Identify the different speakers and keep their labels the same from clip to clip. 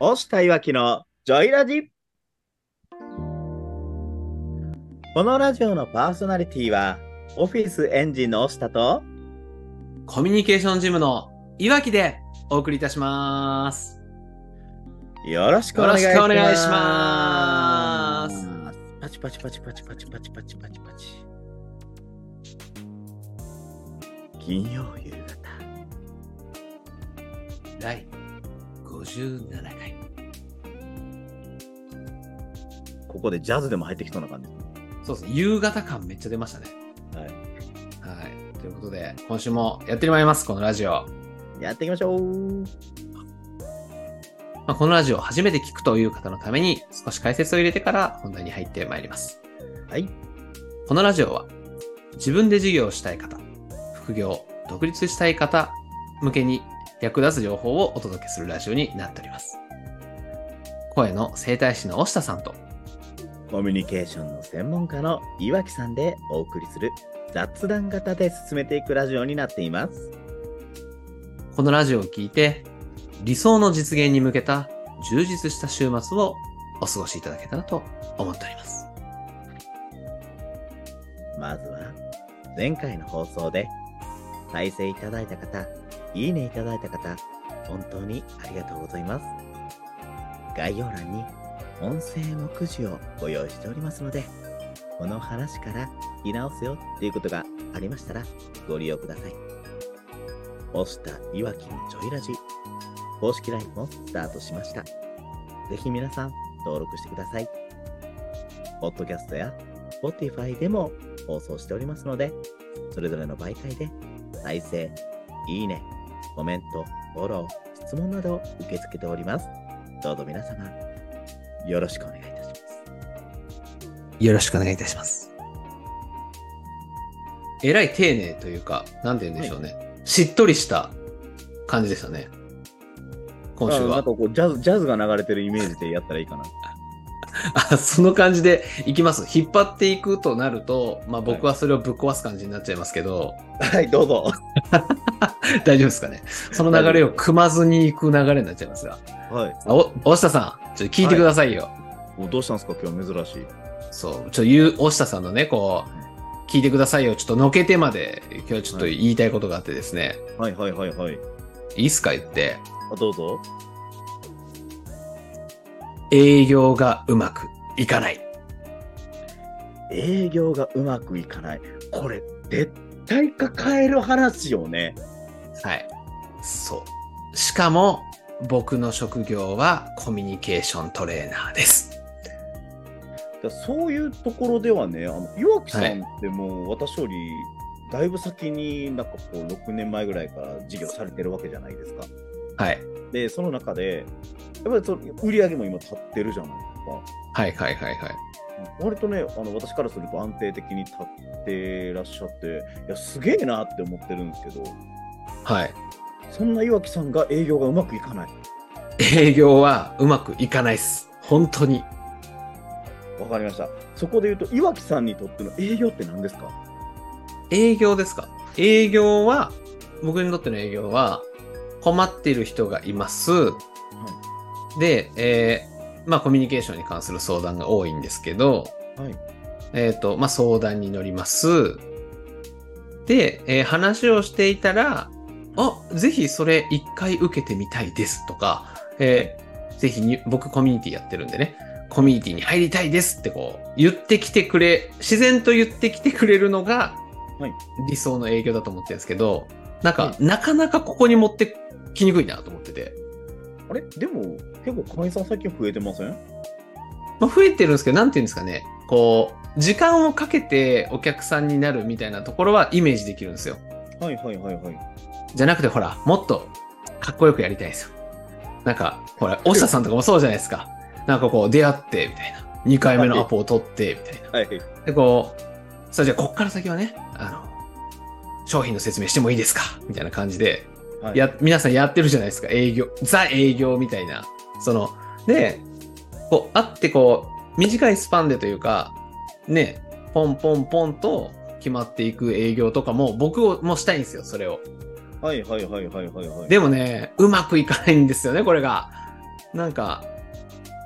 Speaker 1: 押したいわきのジョイラジこのラジオのパーソナリティはオフィスエンジンの押したと
Speaker 2: コミュニケーションジムのいわきでお送りいたします。
Speaker 1: よろしくお願いします
Speaker 2: よろしくお願いします
Speaker 1: パチパチパチパチパチパチパチパチパチ金曜夕方
Speaker 2: 第57回。
Speaker 1: ここでジャズでも入ってきそうな感じ
Speaker 2: そうですね。夕方感めっちゃ出ましたね。
Speaker 1: はい。
Speaker 2: はい。ということで、今週もやってまいります、このラジオ。
Speaker 1: やっていきましょう
Speaker 2: まあ、このラジオを初めて聞くという方のために少し解説を入れてから本題に入ってまいります。
Speaker 1: はい
Speaker 2: このラジオは自分で事業をしたい方、副業、独立したい方向けに役立つ情報をお届けするラジオになっております。声の整体師の押下さんと
Speaker 1: コミュニケーションの専門家の岩木さんでお送りする雑談型で進めていくラジオになっています
Speaker 2: このラジオを聞いて、理想の実現に向けた充実した週末をお過ごしいただけたらと思っております。
Speaker 1: まずは前回の放送で再生いただいた方、いいねいただいた方、本当にありがとうございます。概要欄に音声目次をご用意しておりますので、この話から聞き直すよっていうことがありましたらご利用ください。押したいわきのちょいラジ、公式 LINE もスタートしました。ぜひ皆さん登録してください。ポッドキャストや Spotify でも放送しておりますので、それぞれの媒体で、再生、いいね、コメント、フォロー、質問などを受け付けております。どうぞ皆様、よろしくお願いいたします。
Speaker 2: よろしくお願いいたします。えらい丁寧というか、なんて言うんでしょうね。しっとりした感じでしたね。今週は。
Speaker 1: こうジャズ、ジャズが流れてるイメージでやったらいいかな。
Speaker 2: あ その感じでいきます。引っ張っていくとなると、まあ僕はそれをぶっ壊す感じになっちゃいますけど、
Speaker 1: はい、どうぞ。
Speaker 2: 大丈夫ですかね。その流れを組まずに行く流れになっちゃいますが。
Speaker 1: はい。
Speaker 2: あお、押下さん、ちょっと聞いてくださいよ。
Speaker 1: おどうしたんですか今日珍しい。
Speaker 2: そう、ちょ、ゆう、押下さんのね、こう、聞いてくださいよ。ちょっとのけてまで、今日ちょっと言いたいことがあってですね。
Speaker 1: はいはいはいはい。
Speaker 2: い、いっすか言って、
Speaker 1: あどうぞ。
Speaker 2: 営業がうまくいかない。
Speaker 1: 営業がうまくいかない。これ、絶対抱える話よね。
Speaker 2: はい。そう。しかも、僕の職業はコミュニケーショントレーナーです。
Speaker 1: だからそういうところではね、あの岩木さ
Speaker 2: はい
Speaker 1: んってもう私よりだいぶ先になんかこう6年前ぐらいから事業されてるわけじゃないですか。
Speaker 2: はい。
Speaker 1: で、その中で、やっぱりその売り上げも今立ってるじゃないですか。
Speaker 2: はいはいはいはい。
Speaker 1: 割とね、あの私からすると安定的に立ってらっしゃって、いや、すげえなって思ってるんですけど、
Speaker 2: はい。
Speaker 1: そんな岩木さんが営業がうまくいかない。
Speaker 2: 営業はうまくいかないっす。本当に。
Speaker 1: わかりました。そこで言うと、岩木さんにとっての営業って何ですか
Speaker 2: 営業ですか営業は、僕にとっての営業は、困っている人がいます。で、えーまあコミュニケーションに関する相談が多いんですけど、
Speaker 1: はい。
Speaker 2: えっ、と、まあ相談に乗ります。で、えー話をしていたら、あ、ぜひそれ一回受けてみたいですとか、えーぜひに僕コミュニティやってるんでね、コミュニティに入りたいですってこう、言ってきてくれ、自然と言ってきてくれるのが
Speaker 1: はい、
Speaker 2: 理想の営業だと思ってるんですけど、なんか、
Speaker 1: は
Speaker 2: なかなかここに持ってきにくいなと思ってて。
Speaker 1: あれでも、結構会員さん最近増えてません
Speaker 2: まあ、増えてるんですけど、なんていうんですかね、こう、時間をかけてお客さんになるみたいなところはイメージできるんですよ。
Speaker 1: はいはいはいはい。
Speaker 2: じゃなくて、ほら、もっとかっこよくやりたいんですよ。なんか、ほら、押下さんとかもそうじゃないですか。なんかこう、出会って、みたいな。2回目のアポを取って、みたいな。
Speaker 1: はい。
Speaker 2: で、こう、さあじゃあ、こっから先はね、あの、商品の説明してもいいですかみたいな感じで、
Speaker 1: はい、
Speaker 2: や、皆さんやってるじゃないですか。営業、ザ営業みたいな。その、で、こう、あってこう、短いスパンでというか、ね、ポンポンポンと決まっていく営業とかも、僕をもしたいんですよ、それを。
Speaker 1: はいはいはいはいはいはい。
Speaker 2: でもね、うまくいかないんですよね、これが。なんか、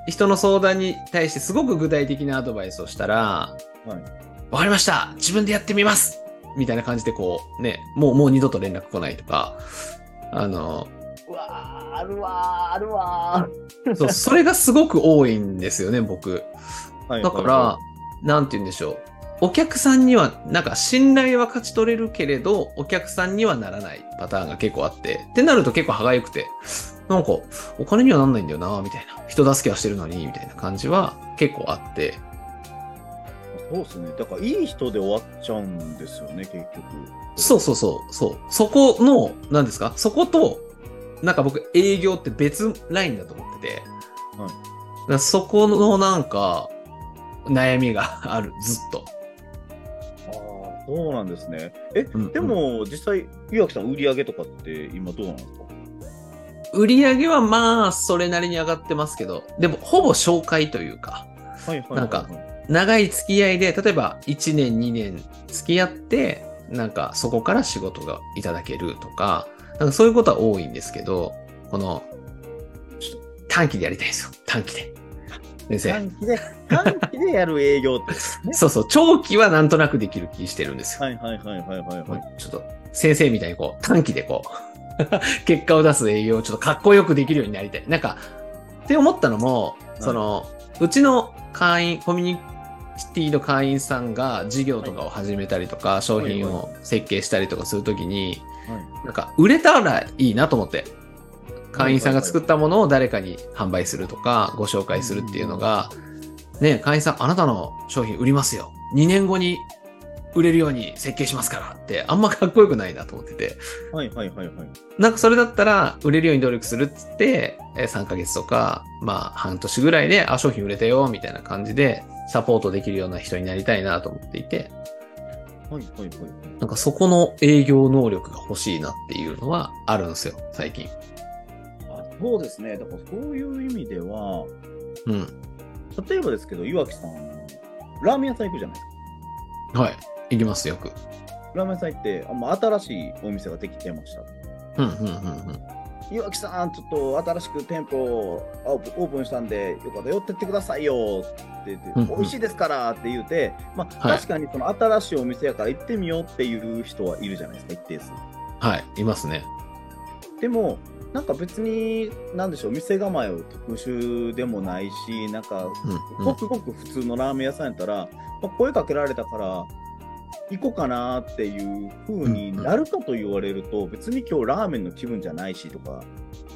Speaker 2: 人の相談に対してすごく具体的なアドバイスをしたら、
Speaker 1: は
Speaker 2: わ、
Speaker 1: い
Speaker 2: かりました自分でやってみますみたいな感じでこう、ね、もう、もう二度と連絡来ないとか、あの、
Speaker 1: うわー、あるわー、あるわ
Speaker 2: そう、それがすごく多いんですよね、僕。
Speaker 1: ー。はい
Speaker 2: だから、なんて言うんでしょう。お客さんには、なんか信頼は勝ち取れるけれど、お客さんにはならないパターンが結構あって、ってなると結構歯がゆくて、 なんか、お金にはなんないんだよな、みたいな。人助けはしてるのに、みたいな感じは結構あって。
Speaker 1: そうですね。だから、いい人で終わっちゃうんですよね、結局。
Speaker 2: そうそうそう、そう。そこの、なんですかそこと、なんか僕営業って別ラインだと思ってて、
Speaker 1: はい
Speaker 2: だからそこのなんか、悩みがある、ずっと。
Speaker 1: ああ、そうなんですね。え、
Speaker 2: ん
Speaker 1: でも、実際、岩木さん、売り上げとかって今どうなんですか
Speaker 2: 売り上げはまあ、それなりに上がってますけど、でも、ほぼ紹介というか、
Speaker 1: はいはいはいはい。
Speaker 2: なんか長い付き合いで、例えば1年、2年付き合って、なんかそこから仕事がいただけるとか、なんかそういうことは多いんですけど、この、ちょっと短期でやりたいんですよ。短期で。先生。
Speaker 1: 短期で、短期でやる営業って。
Speaker 2: そうそう、長期はなんとなくできる気してるんですよ。
Speaker 1: はいはいはいはいはいはい。
Speaker 2: ちょっと、先生みたいにこう、短期でこう、 結果を出す営業をちょっとかっこよくできるようになりたい。なんか、って思ったのも、
Speaker 1: い
Speaker 2: その、うちの会員、コミュニティの会員さんが事業とかを始めたりとか、商品を設計したりとかするときに、
Speaker 1: は
Speaker 2: なんか、売れたらいいなと思って、会員さんが作ったものを誰かに販売するとか、ご紹介するっていうのが、ね、会員さん、あなたの商品売りますよ。2年後に売れるように設計しますからって、あんまかっこよくないなと思ってて。
Speaker 1: いはいはいはい。
Speaker 2: なんかそれだったら、売れるように努力するっつって、えー3ヶ月とか、まあ半年ぐらいで、あ、商品売れたよ、みたいな感じで、サポートできるような人になりたいなと思っていて、
Speaker 1: はいはいはい。
Speaker 2: なんかそこの営業能力が欲しいなっていうのはあるんですよ、最近。
Speaker 1: あそうですね。だからそういう意味では、
Speaker 2: うん。
Speaker 1: 例えばですけど、岩木さん、ラーメン屋さん行くじゃないです
Speaker 2: はい。いります、よく。
Speaker 1: か。ラーメン屋さん行って、あまあ、新しいお店ができてました。
Speaker 2: うん、うん、うん、うん。
Speaker 1: 岩木さん、ちょっと新しく店舗をオープンオープンしたんで、よかったら寄ってってくださいよって言って、
Speaker 2: うんうん
Speaker 1: 美味しいですからって言うて、まあ、
Speaker 2: はい
Speaker 1: 確かにその新しいお店やから行ってみようっていう人はいるじゃないですか、一定数。
Speaker 2: はい、いますね。
Speaker 1: でも、なんか別に、なんでしょう、店構えを特殊でもないし、なんか、
Speaker 2: うん、うん
Speaker 1: ご。くごく普通のラーメン屋さんやったら、まあ、声かけられたから、行こうかなっていう風になるかと言われると、別に今日ラーメンの気分じゃないしとか、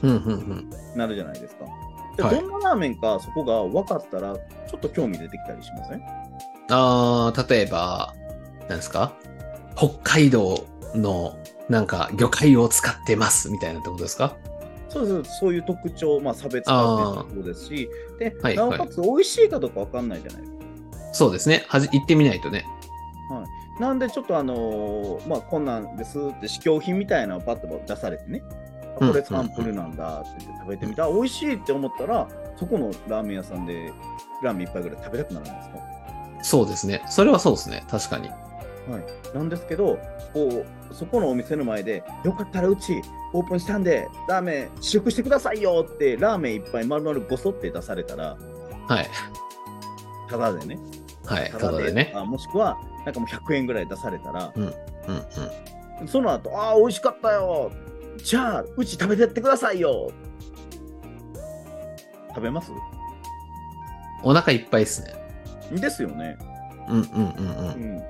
Speaker 2: うん、うん、うん。
Speaker 1: なるじゃないですか。で
Speaker 2: はい
Speaker 1: どんなラーメンかそこが分かったら、ちょっと興味出てきたりしません
Speaker 2: あー例えば、なんですか北海道の、なんか、魚介を使ってます、みたいなってことですか
Speaker 1: そうですそういう特徴、まあ、差別化っていうことですし、で、
Speaker 2: はい
Speaker 1: なおかつ美味しいかどうか分かんないじゃないですか。
Speaker 2: そうですね。はじ、行ってみないとね。
Speaker 1: なんで、ちょっとあのーまあ、こんなんですって、試供品みたいなのをパッと出されてね、
Speaker 2: うん
Speaker 1: これサンプルなんだって言って食べてみた、美味しいって思ったら、そこのラーメン屋さんでラーメン一杯ぐらい食べたくなるじゃないですか。
Speaker 2: そうですね。それはそうですね。確かに。
Speaker 1: なんですけど、こうそこのお店の前で、よかったらうちオープンしたんで、ラーメン試食してくださいよって、ラーメン一杯丸々ごそって出されたら、
Speaker 2: はい。
Speaker 1: ただでね、
Speaker 2: はい。
Speaker 1: タ
Speaker 2: ただでね。
Speaker 1: あもしくは、なんかもう100円ぐらい出されたら、
Speaker 2: うん、うん。
Speaker 1: その後ああ、美味しかったよじゃあ、うち食べてってくださいよ食べます
Speaker 2: お腹いっぱいですね。
Speaker 1: ですよね。
Speaker 2: うん、うん、うん、うん
Speaker 1: う。ん。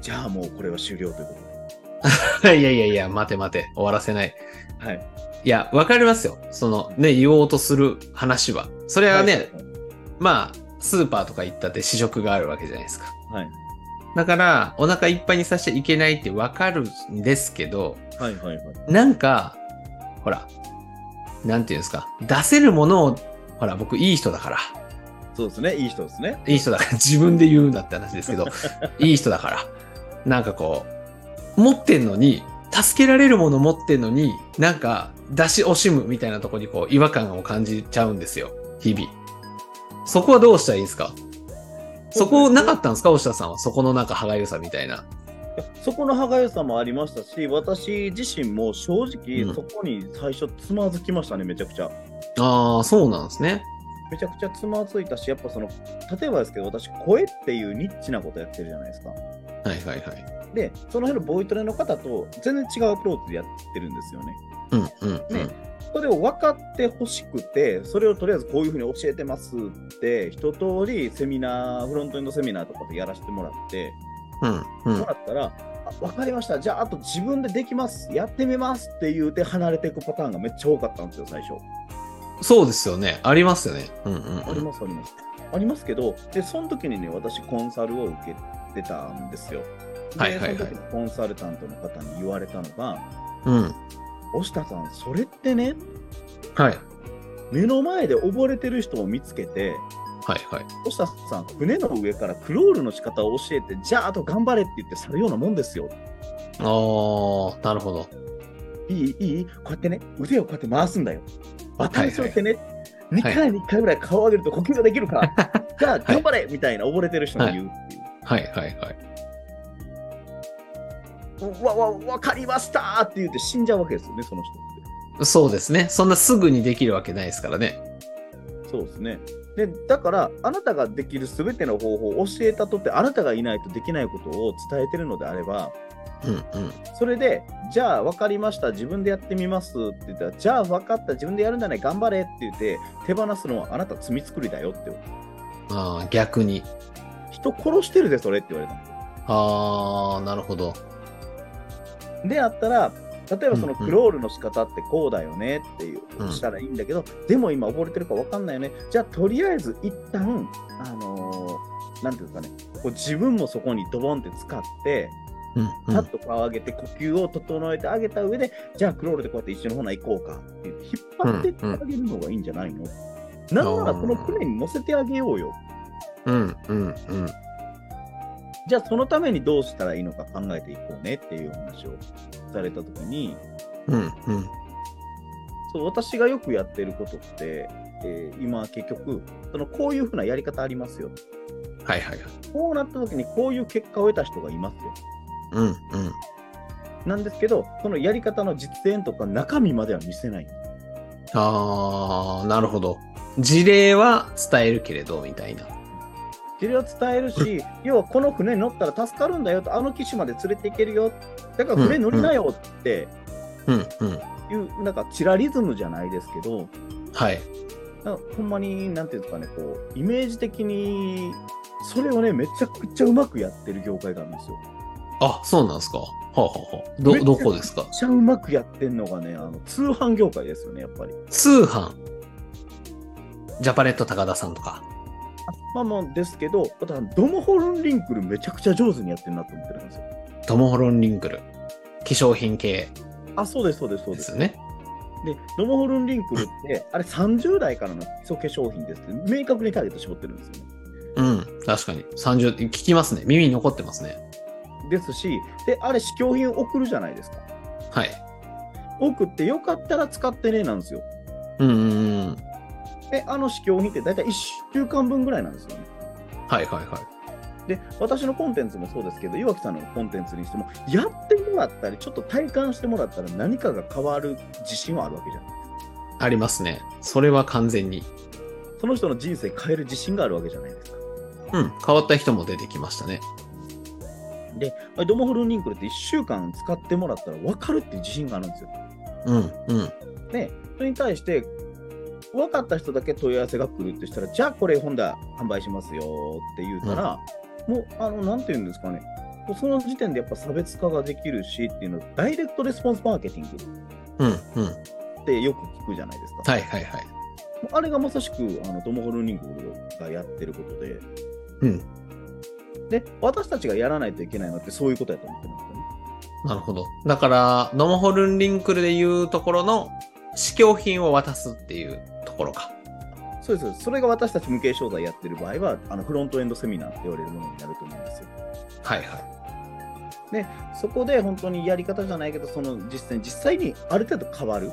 Speaker 1: じゃあもうこれは終了ということ
Speaker 2: いやいやいや、待て待て、終わらせない。
Speaker 1: で。はい。
Speaker 2: いや、わかりますよ。その、ね、言おうとする話は。それはね、まあ、スーパーとか行ったって試食があるわけじゃないですか。
Speaker 1: はい。
Speaker 2: だから、お腹いっぱいにさせちゃいけないってわかるんですけど、
Speaker 1: はいはいはい。
Speaker 2: なんか、ほら、なんていうんですか、出せるものを、ほら、僕いい人だから、
Speaker 1: そうですね、いい人ですね。
Speaker 2: いい人だから、 自分で言うんだって話です けど、いい人だから、なんかこう、持ってんのに、助けられるもの持ってんのに、なんか、出し惜しむみたいなとこにこう、違和感を感じちゃうんですよ、日々。そこはどうしたらいいですかそこなかったんですか押田さんは。そこのなんか歯がゆさみたいな。
Speaker 1: そこの歯がゆさもありましたし、私自身も正
Speaker 2: う
Speaker 1: 直
Speaker 2: ん
Speaker 1: そこに最初つまずきましたね、めちゃくちゃ。
Speaker 2: ああ、そうなんですね。
Speaker 1: めちゃくちゃつまずいたし、やっぱその、例えばですけど、私、声っていうニッチなことやってるじゃないですか。
Speaker 2: はいはいはい。
Speaker 1: で、その辺のボイトレの方と全然違うアプローチでやってるんですよね。
Speaker 2: うんうんうん。
Speaker 1: ねそれを分かってほしくて、それをとりあえずこういうふうに教えてますって、一通りセミナー、フロントエンドセミナーとかでやらせてもらって、
Speaker 2: うんうん
Speaker 1: も。らったら、あ分かりました、じゃああと自分でできます、やってみますって言うて離れていくパターンがめっちゃ多かったんですよ、最初。
Speaker 2: そうですよね。ありますよね。うんうん
Speaker 1: あ
Speaker 2: う
Speaker 1: り
Speaker 2: ん。
Speaker 1: ます、あります。ありますけど、で、その時にね、私、コンサルを受けてたんですよ。で
Speaker 2: はいはいはい
Speaker 1: その時コンサルタントの方に言われたのが、
Speaker 2: うん。
Speaker 1: 押田さん、それってね、
Speaker 2: はい。
Speaker 1: 目の前で溺れてる人を見つけて、
Speaker 2: はいはい。
Speaker 1: 押田さん、船の上からクロールの仕方を教えて、じゃあ、あと頑張れって言って去るようなもんですよ。
Speaker 2: ああ、なるほど。
Speaker 1: いい、いい、こうやってね、腕をこうやって回すんだよ。バタンしといてね。
Speaker 2: い
Speaker 1: 2回に1回ぐらい顔を上げると呼吸ができるから、 じゃあ頑張れみたいな溺れてる人が言うっていう。
Speaker 2: はいはいはい。
Speaker 1: わわわかりましたーって言って死んじゃうわけですよね、その人っ
Speaker 2: そうですね。そんなすぐにできるわけないですからね。
Speaker 1: て。そうですね。でだから、あなたができるすべての方法を教えたとって、あなたがいないとできないことを伝えてるのであれば、
Speaker 2: うんうん。
Speaker 1: それで、じゃあ分かりました、自分でやってみますって言ったら、じゃあ分かった、自分でやるんじゃない、頑張れって言って、手放すのはあなた罪作りだよって。
Speaker 2: ああ、逆に。
Speaker 1: 人殺してるで、それって言われたの。
Speaker 2: ああ、なるほど。
Speaker 1: であったら、例えばその
Speaker 2: うんう
Speaker 1: ク
Speaker 2: ん
Speaker 1: ロールの仕方ってこうだよねっていう、
Speaker 2: うん
Speaker 1: したらいいんだけど、でも今溺れてるか分かんないよね。じゃあ、とりあえず一旦、あのーなんていうんですかね、こう自分もそこにドボンって使って、
Speaker 2: うんう
Speaker 1: パ
Speaker 2: ん
Speaker 1: ッ。と顔上げて、呼吸を整えてあげた上で、じゃあクロールでこうやって一緒のほな行こうかっていう、引っ張ってってあげるのがいいんじゃないの、なんならこの船に乗せてあげようよ。
Speaker 2: うんうんうん。
Speaker 1: じゃあそのためにどうしたらいいのか考えていこうねっていうお話をされたときに、
Speaker 2: うんうん。
Speaker 1: そう私がよくやってることって、えー今結局そのこういうふうなやり方ありますよ
Speaker 2: はいはいはい。
Speaker 1: こうなった時にこういう結果を得た人がいますよ
Speaker 2: うんうん。
Speaker 1: なんですけどそのやり方の実演とか中身までは見せない
Speaker 2: ああ、なるほど。事例は伝えるけれど、みたいな。
Speaker 1: それを伝えるし要はこの船乗ったら助かるんだよとあの機種まで連れて行けるよだから船乗りなよって
Speaker 2: うんうん。
Speaker 1: いうなんかチラリズムじゃないですけど
Speaker 2: はい。
Speaker 1: なんかほんまになんていうんですかねこうイメージ的にそれをねめちゃくちゃうまくやってる業界があるんですよ
Speaker 2: あ、そうなんですか。はあ、はあはあ、ど、どこですか
Speaker 1: めっちゃうまくやってんのがね、あの通販業界ですよね、やっぱり。
Speaker 2: 通販。ジャパネット高田さんとか。
Speaker 1: まあまあですけど、あとあのドムホルンリンクルめちゃくちゃ上手にやってるなと思ってるんですよ。
Speaker 2: トモホロンリンクル。化粧品系
Speaker 1: あ、そうです、そうです、そう
Speaker 2: で
Speaker 1: ですす。
Speaker 2: よね。
Speaker 1: で、ドムホルンリンクルって、あれ30代からの基礎化粧品ですけど、明確にターゲット絞ってるんですよね。
Speaker 2: うん。確かに。30、聞きますね。耳に残ってますね。
Speaker 1: ですし、で、あれ試供品送るじゃないですか。
Speaker 2: はい。
Speaker 1: 送ってよかったら使ってねなんですよ。
Speaker 2: うんうんうん。
Speaker 1: で、あの試供品って大体1週間分ぐらいなんですよね。
Speaker 2: はいはいはい。
Speaker 1: で、私のコンテンツもそうですけど、岩木さんのコンテンツにしても、やってもらったり、ちょっと体感してもらったら何かが変わる自信はあるわけじゃない。
Speaker 2: ありますね。それは完全に。
Speaker 1: その人の人生変える自信があるわけじゃないですか。
Speaker 2: うん。変わった人も出てきましたね。
Speaker 1: で、ドモホルンリンクルって1週間使ってもらったら分かるっていう自信があるんですよ。
Speaker 2: うんうん。
Speaker 1: で、それに対して、分かった人だけ問い合わせが来るってしたら、じゃあこれ本だ販売しますよって言うたら、もう、あの、なんて言うんですかね。その時点でやっぱ差別化ができるしっていうのダイレクトレスポンスマーケティング
Speaker 2: うんうん。
Speaker 1: ってよく聞くじゃないですか。
Speaker 2: はいはいはい。
Speaker 1: あれがまさしくあのトム・ホルンリングがやってることで、
Speaker 2: うん。
Speaker 1: で、私たちがやらないといけないのってそういうことやと思ってるんですよね。
Speaker 2: なるほど。だから、ノモホルンリンクルでいうところの試供品を渡すっていうところか。
Speaker 1: そうですそうです。それが私たち無形商材やってる場合は、あのフロントエンドセミナーって言われるものになると思うんですよ。
Speaker 2: はいはい。
Speaker 1: そこで本当にやり方じゃないけど、その実践、実際にある程度変わる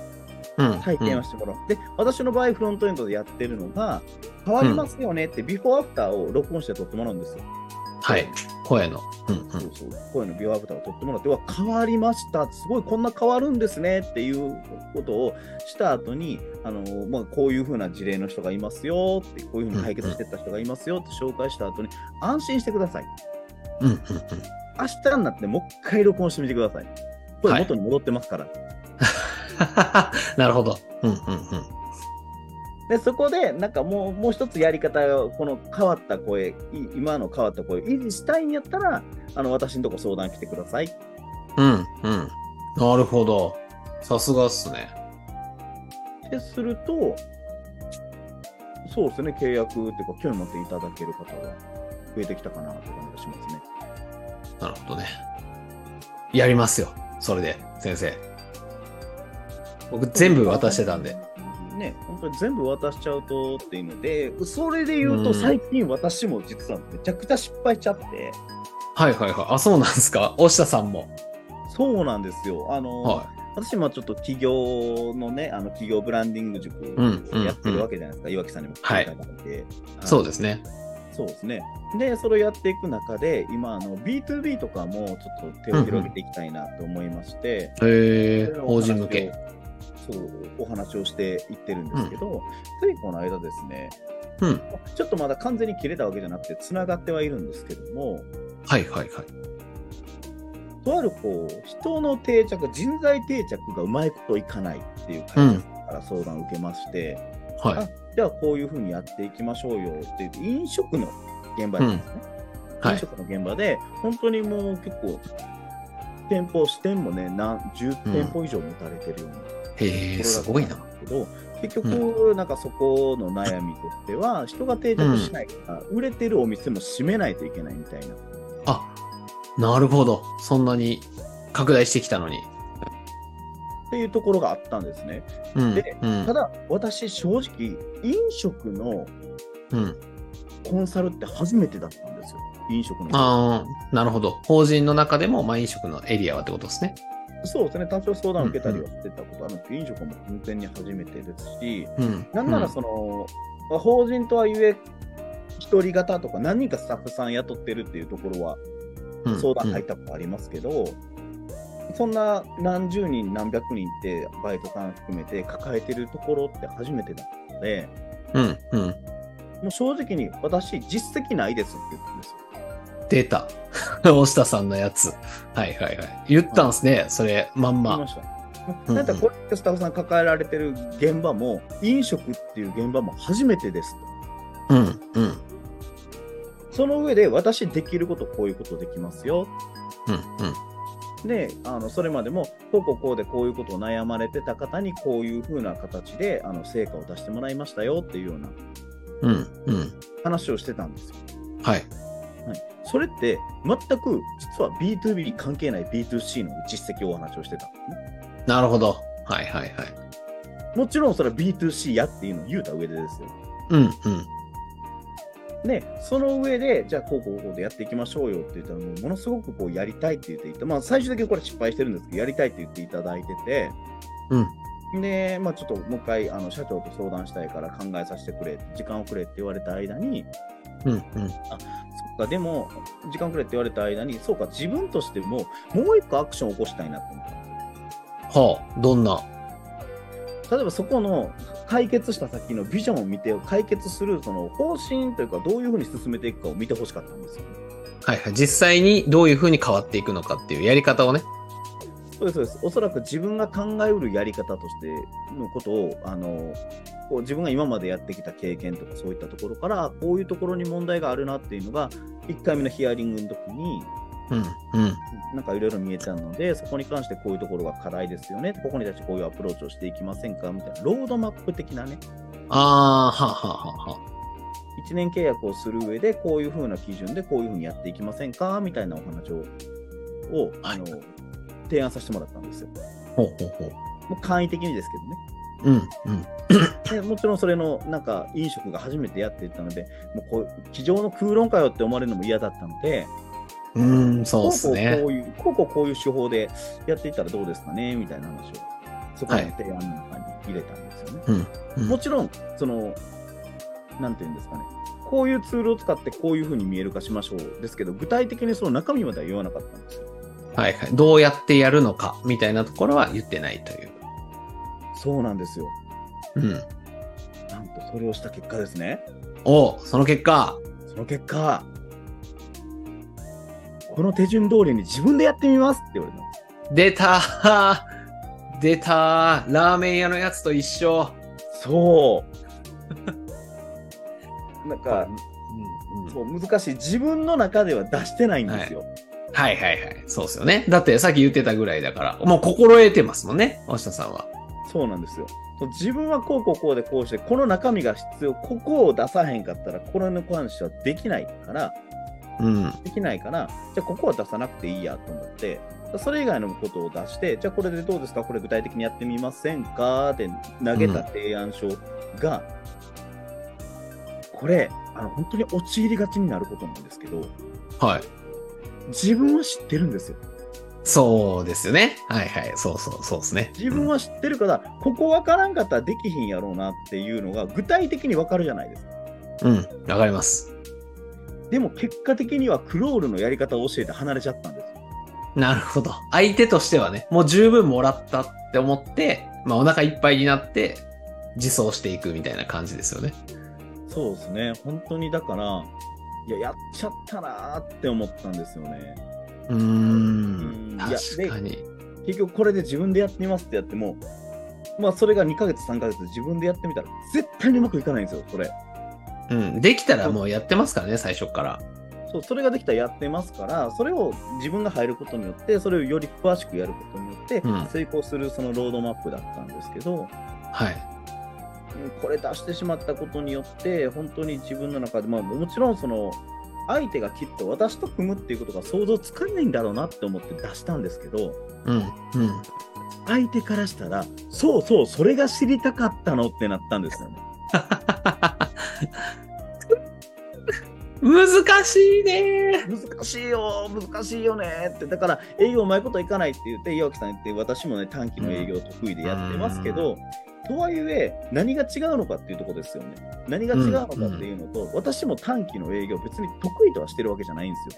Speaker 2: うん。
Speaker 1: 体験をしてもらう。で、私の場合、フロントエンドでやってるのが、変わりますよねって、ビフォーアフターを録音して撮ってもらうんですよ。
Speaker 2: うんはい。声の。うんう
Speaker 1: そ
Speaker 2: ん。
Speaker 1: うそう声のビオアフターを撮ってもらって、うわ、変わりました、すごいこんな変わるんですねっていうことをした後にあのまあこういうふうな事例の人がいますよって、こういうふうに解決してった人がいますよって紹介した後に、安心してください。
Speaker 2: うん うんうん。
Speaker 1: 明日になってもう一回録音してみてください。これ元に戻ってますから。
Speaker 2: なるほど。うんうんうん。
Speaker 1: でそこでなんかもうもう一つやり方をこの変わった声い今の変わった声を維持したいんやったらあの私のとこ相談来てください
Speaker 2: うんうん。なるほど。さすがっすね。
Speaker 1: ってするとそうですね契約っていうか興味持っていただける方が増えてきたかなという感じがしますね
Speaker 2: なるほどね。やりますよ。それで、先生。僕、全部渡してたんで。
Speaker 1: ね本当に全部渡しちゃうとっていうのでそれで言う
Speaker 2: う
Speaker 1: と
Speaker 2: ん
Speaker 1: 最近私も実はめちゃくちゃ失敗しちゃって
Speaker 2: はいはいはい。あ、そうなんですか。押下さんも。
Speaker 1: そうなんですよあの、
Speaker 2: は
Speaker 1: 私もちょっと企業のね、あの企業ブランディング塾
Speaker 2: んうん
Speaker 1: をやってるわけじゃないですか、岩木さんにも
Speaker 2: はい
Speaker 1: いただいて。
Speaker 2: い。そう
Speaker 1: で
Speaker 2: ですね。
Speaker 1: す。そうですね。で、それをやっていく中で、今、あの B2B とかもちょっと手を広げていきたいなと思いまして、
Speaker 2: へ
Speaker 1: そ
Speaker 2: え、
Speaker 1: れのお
Speaker 2: 法
Speaker 1: 話を
Speaker 2: 人向け。。
Speaker 1: そう、お話をしていってるんですけど、ついこの間ですね、
Speaker 2: うん。
Speaker 1: ちょっとまだ完全に切れたわけじゃなくて、つながってはいるんですけども、
Speaker 2: はいはいはい。
Speaker 1: とあるこう人の定着人材定着がうまいこといかないっていう
Speaker 2: う
Speaker 1: 会社
Speaker 2: ん。
Speaker 1: から相談を受けまして、
Speaker 2: はい。
Speaker 1: じゃあこういうふうにやっていきましょうよって言って飲食の現場ですね、
Speaker 2: は
Speaker 1: 飲
Speaker 2: い。
Speaker 1: 食の現場で本当にもう結構店舗支店もね何10店舗以上持たれてるような
Speaker 2: へえ、すごいな。
Speaker 1: けど、結局なんかそこの悩みとしては人が定着しないから、売れてるお店も閉めないといけないみたいな
Speaker 2: あ、なるほど。そんなに拡大してきたのに。
Speaker 1: っていうところがあったんですね。
Speaker 2: うん。
Speaker 1: で
Speaker 2: うん
Speaker 1: ただ私正直飲食の
Speaker 2: うん。
Speaker 1: コンサルって初めてだったんですよ飲食の
Speaker 2: ああ、なるほど。法人の中でも、まあ、飲食のエリアはってことですね。
Speaker 1: そうですね多少相談を受けたりはしてたことあるんですけど、飲食も完全に初めてですし
Speaker 2: うん。
Speaker 1: なんならその、まあ法人とはいえ一人型とか何人かスタッフさん雇ってるっていうところは
Speaker 2: うん
Speaker 1: 相談
Speaker 2: う
Speaker 1: 入
Speaker 2: ん
Speaker 1: ったことありますけど、そんな何十人何百人ってバイトさん含めて抱えてるところって初めてだったので
Speaker 2: うん。うん。
Speaker 1: もう正直に私実績ないですって言ったんですよ
Speaker 2: 出た。 押下さんのやつ。はいはいはい。言ったんすね、それ、まん
Speaker 1: 言い
Speaker 2: ま
Speaker 1: ま。した。
Speaker 2: うん
Speaker 1: なんかこれってスタッフさん抱えられてる現場も飲食っていう現場も初めてですと
Speaker 2: うん、うん、
Speaker 1: その上で私できることこういうことできますよ
Speaker 2: うん、うん。
Speaker 1: であのそれまでもこうこうこうでこういうことを悩まれてた方にこういうふうな形であの成果を出してもらいましたよっていうような
Speaker 2: うん、うん。
Speaker 1: 話をしてたんですよ、
Speaker 2: はい。
Speaker 1: はい、それって全く実は B2B に関係ない B2C の実績をお話をしてたんですね
Speaker 2: なるほど。はいはいはい。
Speaker 1: もちろんそれは B2C やっていうのを言うた上でですよ
Speaker 2: うん、うん。
Speaker 1: で、その上で、じゃあ、こうこうこうでやっていきましょうよって言ったら、もうものすごくこうやりたいって言っていた、まあ、最終的にこれ失敗してるんですけど、やりたいって言っていただいてて、で、まあ、ちょっともう一回、あの社長と相談したいから考えさせてくれ、時間をくれって言われた間に、
Speaker 2: うん、うん。
Speaker 1: そっか、でも、時間くれって言われた間に、そうか、自分としても、もう一個アクションを起こしたいなと思ったんですよ。
Speaker 2: はあ、どんな。
Speaker 1: 例えばそこの解決した先のビジョンを見て、解決するその方針というか、どういうふうに進めていくかを見てほしかったんですよね。
Speaker 2: はいはい。実際にどういう風に変わっていくのかっていうやり方をね。
Speaker 1: そうですそうですおそらく自分が考えうるやり方としてのことをあのこう自分が今までやってきた経験とかそういったところからこういうところに問題があるなっていうのが1回目のヒアリングの時に
Speaker 2: うん、うん。
Speaker 1: なんかいろいろ見えちゃうのでそこに関してこういうところが課題ですよねここに対してこういうアプローチをしていきませんかみたいなロードマップ的なね
Speaker 2: ああ、はあはあはあはあ。
Speaker 1: 1年契約をする上でこういうふうな基準でこういうふうにやっていきませんかみたいなお話ををあの提案させてもらったんですよ。
Speaker 2: ほうほうほ
Speaker 1: もう簡易的にですけどね。
Speaker 2: う。うん、うん。
Speaker 1: でもちろんそれのなんか飲食が初めてやっていたので、もうこう机上の空論かよって思われるのも嫌だったので、
Speaker 2: うーん、そうっす
Speaker 1: こう
Speaker 2: ね
Speaker 1: こ。ういうこうこうこういう手法でやっていったらどうですかねみたいな話を、そこの提案の中に入れたんですよね。
Speaker 2: うんうん
Speaker 1: もちろん、その、なんていうんですかね、こういうツールを使ってこういうふうに見える化しましょうですけど具体的にその中身までは言わなかったんですよ
Speaker 2: はいはい。どうやってやるのか、みたいなところは言ってないという。
Speaker 1: そうなんですよ
Speaker 2: うん。
Speaker 1: なんとそれをした結果ですね
Speaker 2: おうその結果、
Speaker 1: その結果この手順通りに自分でやってみますって言われたんです
Speaker 2: 出たー出たーラーメン屋のやつと一緒。
Speaker 1: そう なんか
Speaker 2: うんうん
Speaker 1: そう難しい自分の中では出してないんですよ、
Speaker 2: はいはいはい。そうですよね。だってさっき言ってたぐらいだから、もう心得てますもんね、大下さんは。
Speaker 1: そうなんですよそう自分はこうこうこうでこうしてこの中身が必要ここを出さへんかったらこれの関してはできないから
Speaker 2: うん。
Speaker 1: できないからじゃあここは出さなくていいやと思ってそれ以外のことを出してじゃあこれでどうですかこれ具体的にやってみませんかって投げた提案書が、これあの本当に陥りがちになることなんですけど
Speaker 2: はい。
Speaker 1: 自分は知ってるんですよ
Speaker 2: そうですよね。はいはい。そうそう、そうですね。
Speaker 1: 自分は知ってるから、ここ分からんかったらできひんやろうなっていうのが具体的に分かるじゃないですか。
Speaker 2: うん、うんわかります。
Speaker 1: でも結果的にはクロールのやり方を教えて離れちゃったんです。
Speaker 2: なるほど。相手としてはね、もう十分もらったって思って、まあお腹いっぱいになって、自走していくみたいな感じですよね。
Speaker 1: そうですね、本当にだから、いや、やっちゃったなーって思ったんですよね。
Speaker 2: うーん
Speaker 1: うん。
Speaker 2: 確かに。
Speaker 1: 結局これで自分でやってみますってやっても、まあそれが2ヶ月、3ヶ月自分でやってみたら絶対にうまくいかないんですよ、それ。
Speaker 2: うん。できたらもうやってますからね、最初から。
Speaker 1: そうそれができたらやってますから、それを自分が入ることによって、それをより詳しくやることによって
Speaker 2: うん、
Speaker 1: 成功するそのロードマップだったんですけど、
Speaker 2: はい。
Speaker 1: これ出してしまったことによって本当に自分の中で、まあ、もちろんその相手がきっと私と組むっていうことが想像つかないんだろうなって思って出したんですけど
Speaker 2: うん。うん。
Speaker 1: 相手からしたらそうそうそれが知りたかったのってなったんですよね。
Speaker 2: 難しいね
Speaker 1: 難しいよ難しいよねってだから営業うまいこといかないって言って岩城さん言って私もね短期の営業得意でやってますけど、とはいえ何が違うのかっていうとこですよね何が違うのかっていうのと、私も短期の営業別に得意とはしてるわけじゃないんです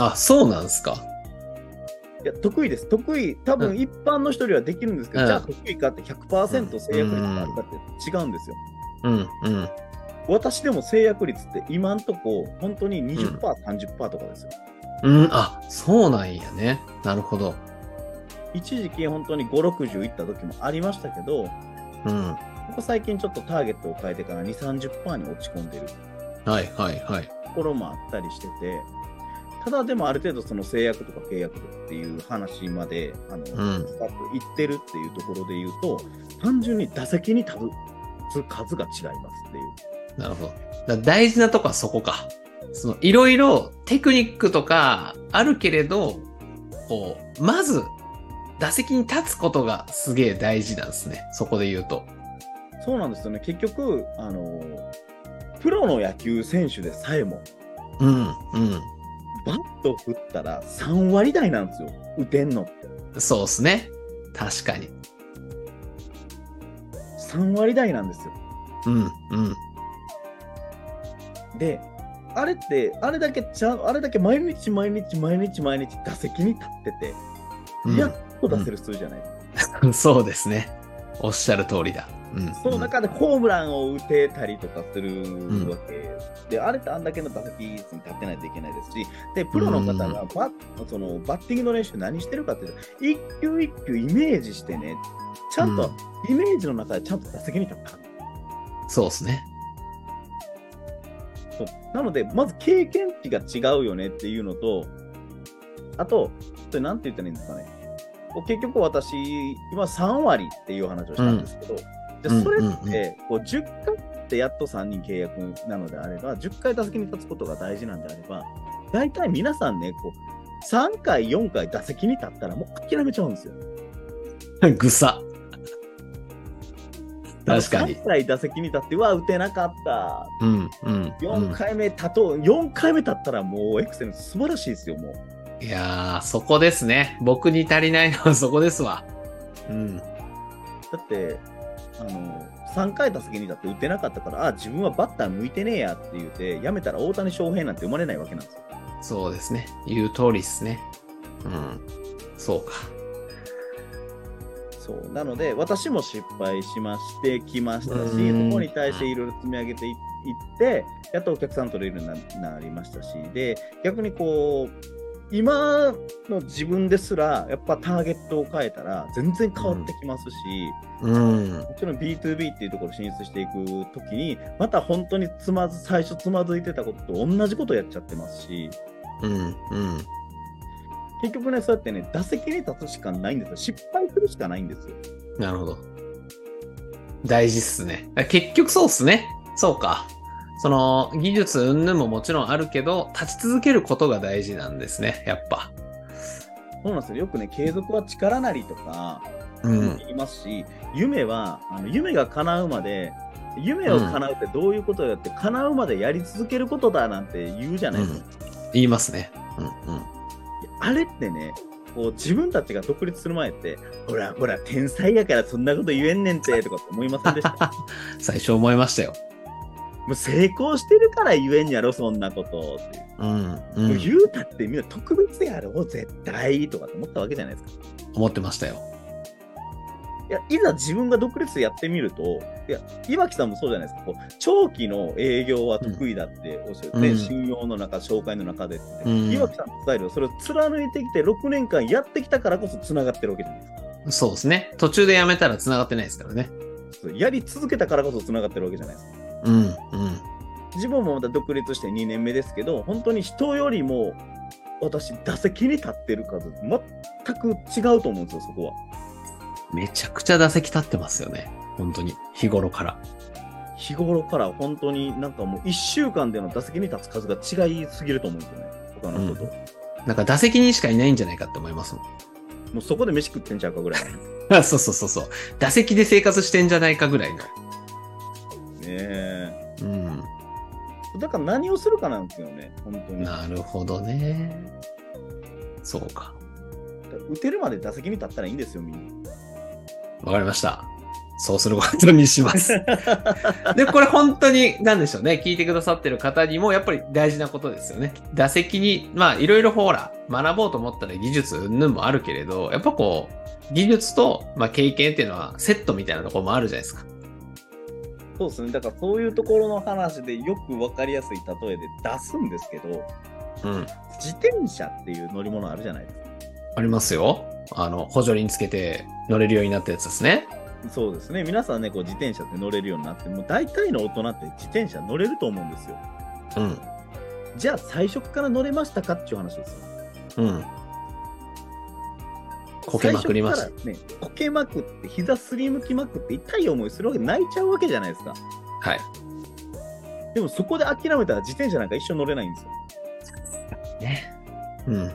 Speaker 1: よ。
Speaker 2: あそうなんすか
Speaker 1: いや得意です、得意、多
Speaker 2: う
Speaker 1: 分一般の人よりはできるんですけど、
Speaker 2: うん
Speaker 1: じゃあ得意かって100%制約率があるかって違うんですよ。
Speaker 2: うんうん
Speaker 1: 私でも制約率って今んとこ、本当に20%、30%とかですよ。
Speaker 2: うんあそうなんやねなるほど
Speaker 1: 一時期、本当に5、60いった時もありましたけど、こ
Speaker 2: うんは
Speaker 1: こ最近ちょっとターゲットを変えてから2、30%に落ち込んでる
Speaker 2: いはいはい
Speaker 1: ところもあったりしてて、ただでもある程度その制約とか契約とかっていう話まで、あの、
Speaker 2: うん
Speaker 1: 深くいってるっていうところで言うと、単純に打席に立つ数が違いますっていう。
Speaker 2: なるほどだ大事なとこはそこかそのいろいろテクニックとかあるけれどこうまず打席に立つことがすげえ大事なんですねそこで言うと
Speaker 1: そうなんですよね、結局、あのプロの野球選手でさえも、
Speaker 2: うん
Speaker 1: バット振ったら3割台なんですよ、打てんのって。
Speaker 2: うんそうっすね確かに
Speaker 1: 3割台なんですよ。
Speaker 2: うんうん
Speaker 1: で、あれって、あれだけちゃんあれだけ毎日毎日毎日毎日打席に立ってて、
Speaker 2: うん
Speaker 1: やっと出せる数じゃないですか。
Speaker 2: そうですね。おっしゃる通りだ。うん、
Speaker 1: その中でホームランを打てたりとかするわけ、で、あれってあんだけの打席に立ってないといけないですし、で、プロの方がバッ,、そのバッティングの練習何してるかっていうと、一球一球イメージしてね、ちゃんと、イメージの中でちゃんと打席に立った。
Speaker 2: うんそうですね。
Speaker 1: そうなので、まず経験値が違うよねっていうのと、あと、それなんて言ったらいいんですかね。こう結局私、今3割っていう話をしたんですけど、じゃあそれってこう10回ってやっと3人契約なのであれば、10回打席に立つことが大事なんであれば、大体皆さんね、こう3回、4回打席に立ったらもう諦めちゃうんですよ。
Speaker 2: ぐさ。確かに。
Speaker 1: 3回打席に立って、うわ、打てなかった。
Speaker 2: うんうん、う
Speaker 1: 4
Speaker 2: ん。
Speaker 1: 回目立とう、4回目立ったらもうエクセル素晴らしいですよ、もう。
Speaker 2: いやー、そこですね。僕に足りないのはそこですわ。うん。
Speaker 1: だってあの3回打席にだって打ってなかったから、あ自分はバッター向いてねえやって言って、やめたら大谷翔平なんて生まれないわけなんですよ。
Speaker 2: そうですね。言う通りですね。うん。そうか。
Speaker 1: そうなので、私も失敗しましてきましたし、そ
Speaker 2: うん
Speaker 1: こに対していろいろ積み上げていいって、やっとお客さん取れるようにななりましたし、で逆にこう、今の自分ですら、やっぱターゲットを変えたら、全然変わってきますし。
Speaker 2: うん。
Speaker 1: もちろん B2B っていうところ進出していくときに、また本当につまず、最初つまずいてたことと同じことやっちゃってますし、
Speaker 2: うん。うん。
Speaker 1: 結局ね、そうやってね、打席に立つしかないんですよ。失敗するしかないんですよ。
Speaker 2: なるほど。大事っすね。結局そうっすね。そうか。その、技術云々ももちろんあるけど、立ち続けることが大事なんですね。やっぱ。
Speaker 1: そうなんですよ。よくね、継続は力なりとか
Speaker 2: う
Speaker 1: 言
Speaker 2: ん。
Speaker 1: いますし、夢は、あの夢が叶うまで、夢を叶うってどういうことだって、叶うまでやり続けることだなんて言うじゃないですか。
Speaker 2: 言いますね。うんうん。
Speaker 1: いやあれってね、こう自分たちが独立する前って、ほらほら、天才やからそんなこと言えんねんて、とかって思いませんでした
Speaker 2: 最初思いましたよ。
Speaker 1: もう成功してるから言えんやろ、そんなことっていう。
Speaker 2: うん。う。
Speaker 1: もうん言うたってみんな特別やろ、絶対とかって思ったわけじゃないですか。
Speaker 2: 思ってましたよ。
Speaker 1: いや、いざ自分が独立やってみると、いや、岩木さんもそうじゃないですか。こう長期の営業は得意だっておっしゃって、
Speaker 2: うん
Speaker 1: 信用の中、紹介の中でって、
Speaker 2: うん
Speaker 1: 岩木さんのスタイルはそれを貫いてきて、6年間やってきたからこそ繋がってるわけじゃないですか。
Speaker 2: そうですね。途中でやめたら繋がってないですからね。
Speaker 1: そうやり続けたからこそ繋がってるわけじゃないですか。
Speaker 2: うん。うん。
Speaker 1: 自分もまた独立して2年目ですけど本当に人よりも私打席に立ってる数全く違うと思うんですよそこは
Speaker 2: めちゃくちゃ打席立ってますよね。本当に。日頃から。
Speaker 1: 日頃から本当になんかもう1週間での打席に立つ数が違いすぎると思うんですよね他の人と、
Speaker 2: うんなんか打席にしかいないんじゃないかって思いますもん。
Speaker 1: もうそこで飯食ってんちゃうかぐらいなんで
Speaker 2: あそうそうそうそう。打席で生活してんじゃないかぐらいの。
Speaker 1: すね
Speaker 2: うん。
Speaker 1: だから何をするかなんですよね本当に
Speaker 2: なるほどね。そうか。
Speaker 1: 打てるまで打席に立ったらいいんですよみん
Speaker 2: わかりました。そうすることに します。で、これ本当に、なんでしょうね。聞いてくださってる方にも、やっぱり大事なことですよね。打席に、まあ、いろいろほら、学ぼうと思ったら技術云々もあるけれど、やっぱこう、技術と、まあ、経験っていうのはセットみたいなところもあるじゃないですか。
Speaker 1: なそうですねだからそういうところの話でよく分かりやすい例えで出すんですけど
Speaker 2: うん。
Speaker 1: 自転車っていう乗り物あるじゃないですか
Speaker 2: ありますよ。あの、補助輪つけて乗れるようになったやつですね。
Speaker 1: そうですね。皆さんね、こう自転車って乗れるようになって、もう大体の大人って自転車乗れると思うんですよ。
Speaker 2: うん。
Speaker 1: じゃあ最初から乗れましたかっていう話ですよ。
Speaker 2: うん。こけまくりました
Speaker 1: 最。初からね、こけまくって、膝すりむきまくって、痛い思いするわけ、泣いちゃうわけじゃないですか。
Speaker 2: はい。
Speaker 1: でもそこで諦めたら自転車なんか一生乗れないんですよ。
Speaker 2: ね。うん。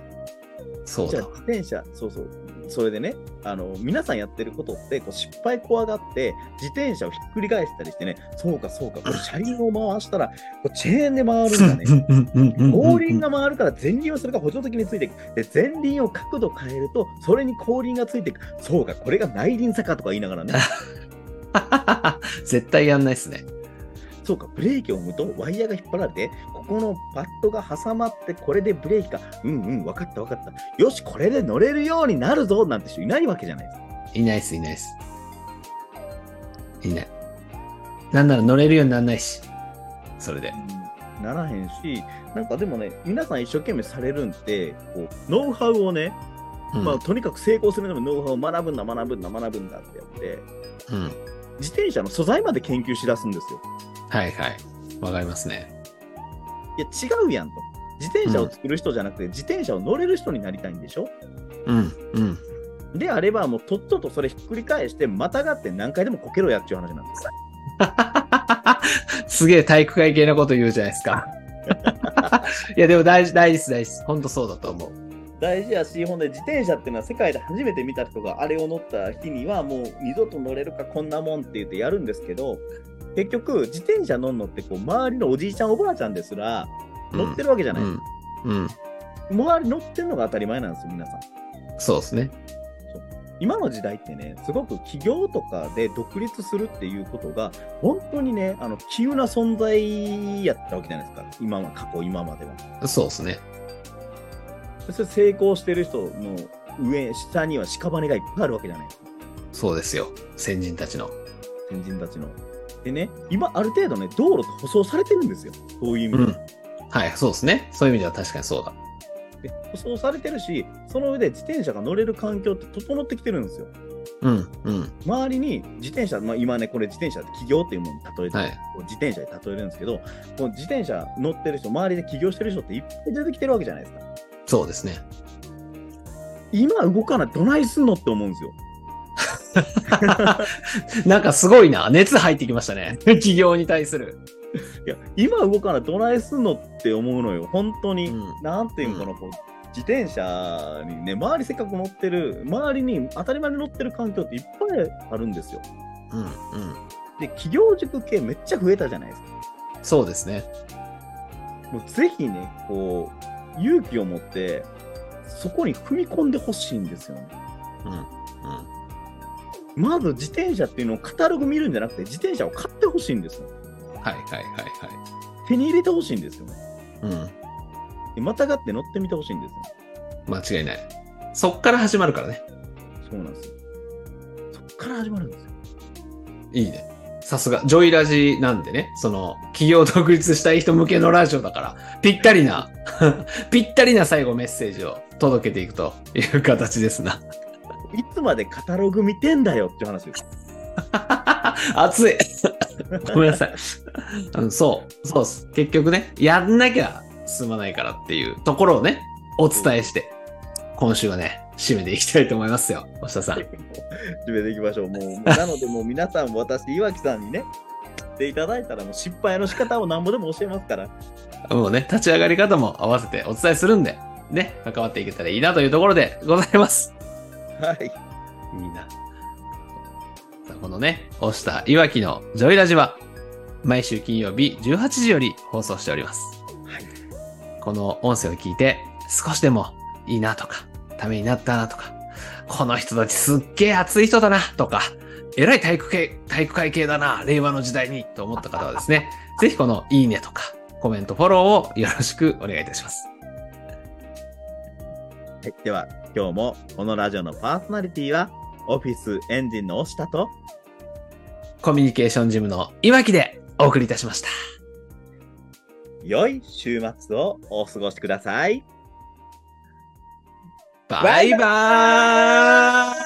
Speaker 2: そう
Speaker 1: じゃあ
Speaker 2: だ。
Speaker 1: 自転車、そうそう。それでね、あの皆さんやってることってこう失敗怖がって自転車をひっくり返したりしてね、そうかそうか、これ車輪を回したらこうチェーンで回るんだね。 後輪が回るから前輪はそれが補助的についていく。で、前輪を角度変えると、それに後輪がついていく。そうか、これが内輪坂とか言いなが らね。
Speaker 2: 絶対やんないっすね。
Speaker 1: そうか、ブレーキを踏むとワイヤーが引っ張られて、ここのパッドが挟まって、これでブレーキか。うんうん、分かった分かった。よし、これで乗れるようになるぞなんて人いないわけじゃないですか。
Speaker 2: いないっす、いないっす。いない。なんなら乗れるようになんないし。それで。
Speaker 1: ならへんし、なんかでもね、皆さん一生懸命されるんで、こうノウハウをね、
Speaker 2: うん。
Speaker 1: まあ、とにかく成功するためのノウハウを学ぶんだ、学ぶんだ、学ぶんだってやって、
Speaker 2: うん。
Speaker 1: 自転車の素材まで研究しだすんですよ。
Speaker 2: はいはい。わかりますね。
Speaker 1: いや、違うやんと。自転車を作る人じゃなくて、自転車を乗れる人になりたいんでしょ
Speaker 2: うん。うん。
Speaker 1: であれば、もうとっととそれひっくり返して、またがって何回でもこけろやっていう話なんです。
Speaker 2: すげえ体育会系のこと言うじゃないで すか。いや、でも大事、大事です、大事です。ほんとそうだと思う。
Speaker 1: 大事やし、ほんで自転車っていうのは世界で初めて見た人があれを乗った日には、もう二度と乗れるかこんなもんって言ってやるんですけど、結局、自転車乗んのってこう、周りのおじいちゃん、おばあちゃんですら、乗ってるわけじゃない。
Speaker 2: うん。うん。
Speaker 1: 周り乗ってるのが当たり前なんですよ、皆さん。
Speaker 2: そうですね。
Speaker 1: 今の時代ってね、すごく企業とかで独立するっていうことが、本当にね、あの、急な存在やったわけじゃないですか。今は、過去、今までは。
Speaker 2: そうですね。
Speaker 1: そして成功してる人の上、下には屍がいっぱいあるわけじゃないですか。
Speaker 2: そうですよ。先人たちの。
Speaker 1: 先人たちの。でね、今、ある程度ね、道路って舗装されてるんですよ。そういう意味
Speaker 2: う
Speaker 1: で。
Speaker 2: ん。はい、そうですね。そういう意味では確かにそうだ。
Speaker 1: で舗装されてるし、その上で自転車が乗れる環境って整ってきてるんですよ。
Speaker 2: うん、うん。
Speaker 1: 周りに自転車、まあ、今ね、これ自転車って企業っていうものに例えて、
Speaker 2: はい
Speaker 1: こう自転車で例えるんですけど、こう自転車乗ってる人、周りで起業してる人っていっぱい出てきてるわけじゃないですか。
Speaker 2: そうですね。
Speaker 1: 今動かない、どないすんのって思うんですよ。
Speaker 2: なんかすごいな。熱入ってきました ね。企業に対する。
Speaker 1: いや、今動かない、どないすんのって思うのよ、本当
Speaker 2: う
Speaker 1: に。
Speaker 2: ん。
Speaker 1: なんていうのかな、こう自転車にね、周りせっかく乗ってる、周りに当たり前に乗ってる環境っていっぱいあるんですよ。
Speaker 2: うん、うん。
Speaker 1: で、企業塾系めっちゃ増えたじゃないですか。
Speaker 2: そうですね。
Speaker 1: もうぜひね、こう、勇気を持って、そこに踏み込んでほしいんですよね。
Speaker 2: うん、うん。
Speaker 1: まず自転車っていうのをカタログ見るんじゃなくて、自転車を買ってほしいんですよ。
Speaker 2: はい、はい、は
Speaker 1: 手に入れてほしいんですよね。
Speaker 2: い、はい。
Speaker 1: でまたがって乗ってみてほしいんですよ。
Speaker 2: うん。間違いない。そっから始まるからね。
Speaker 1: そうなんですよ。そっから始まるんですよ。
Speaker 2: いいね。さすが、ジョイラジなんでね、その、企業独立したい人向けのラジオだから、ぴったりな、 ぴったりな最後メッセージを届けていくという形ですな。
Speaker 1: いつまでカタログ見てんだよっていう話です。
Speaker 2: 熱いごめんなさい。うんそう、そうっす。結局ね、やんなきゃ進まないからっていうところをね、お伝えして、今週はね、締めていきたいと思いますよ、おしさ ん。
Speaker 1: 決めていきましょう。もう、もうなので、もう皆さん、私、岩木さんにね、していただいたら、もう失敗の仕方を何ぼでも教えますから。
Speaker 2: もうね、立ち上がり方も合わせてお伝えするんで、ね、関わっていけたらいいなというところでございます。
Speaker 1: はい。
Speaker 2: みんな。さあこのね、押したいわきのジョイラジは、毎週金曜日18時より放送しております。
Speaker 1: はい
Speaker 2: この音声を聞いて、少しでもいいなとか、ためになったなとか、この人たちすっげえ熱い人だなとか、えらい体育系、体育会系だな、令和の時代にと思った方はで すね、ぜひこのいいねとか、コメント、フォローをよろしくお願いいたします。
Speaker 1: はい、では今日もこのラジオのパーソナリティはオフィスエンジンの押下と
Speaker 2: コミュニケーションジムのいわきでお送りいたしました。
Speaker 1: 良い週末をお過ごしください。
Speaker 2: バイバーイ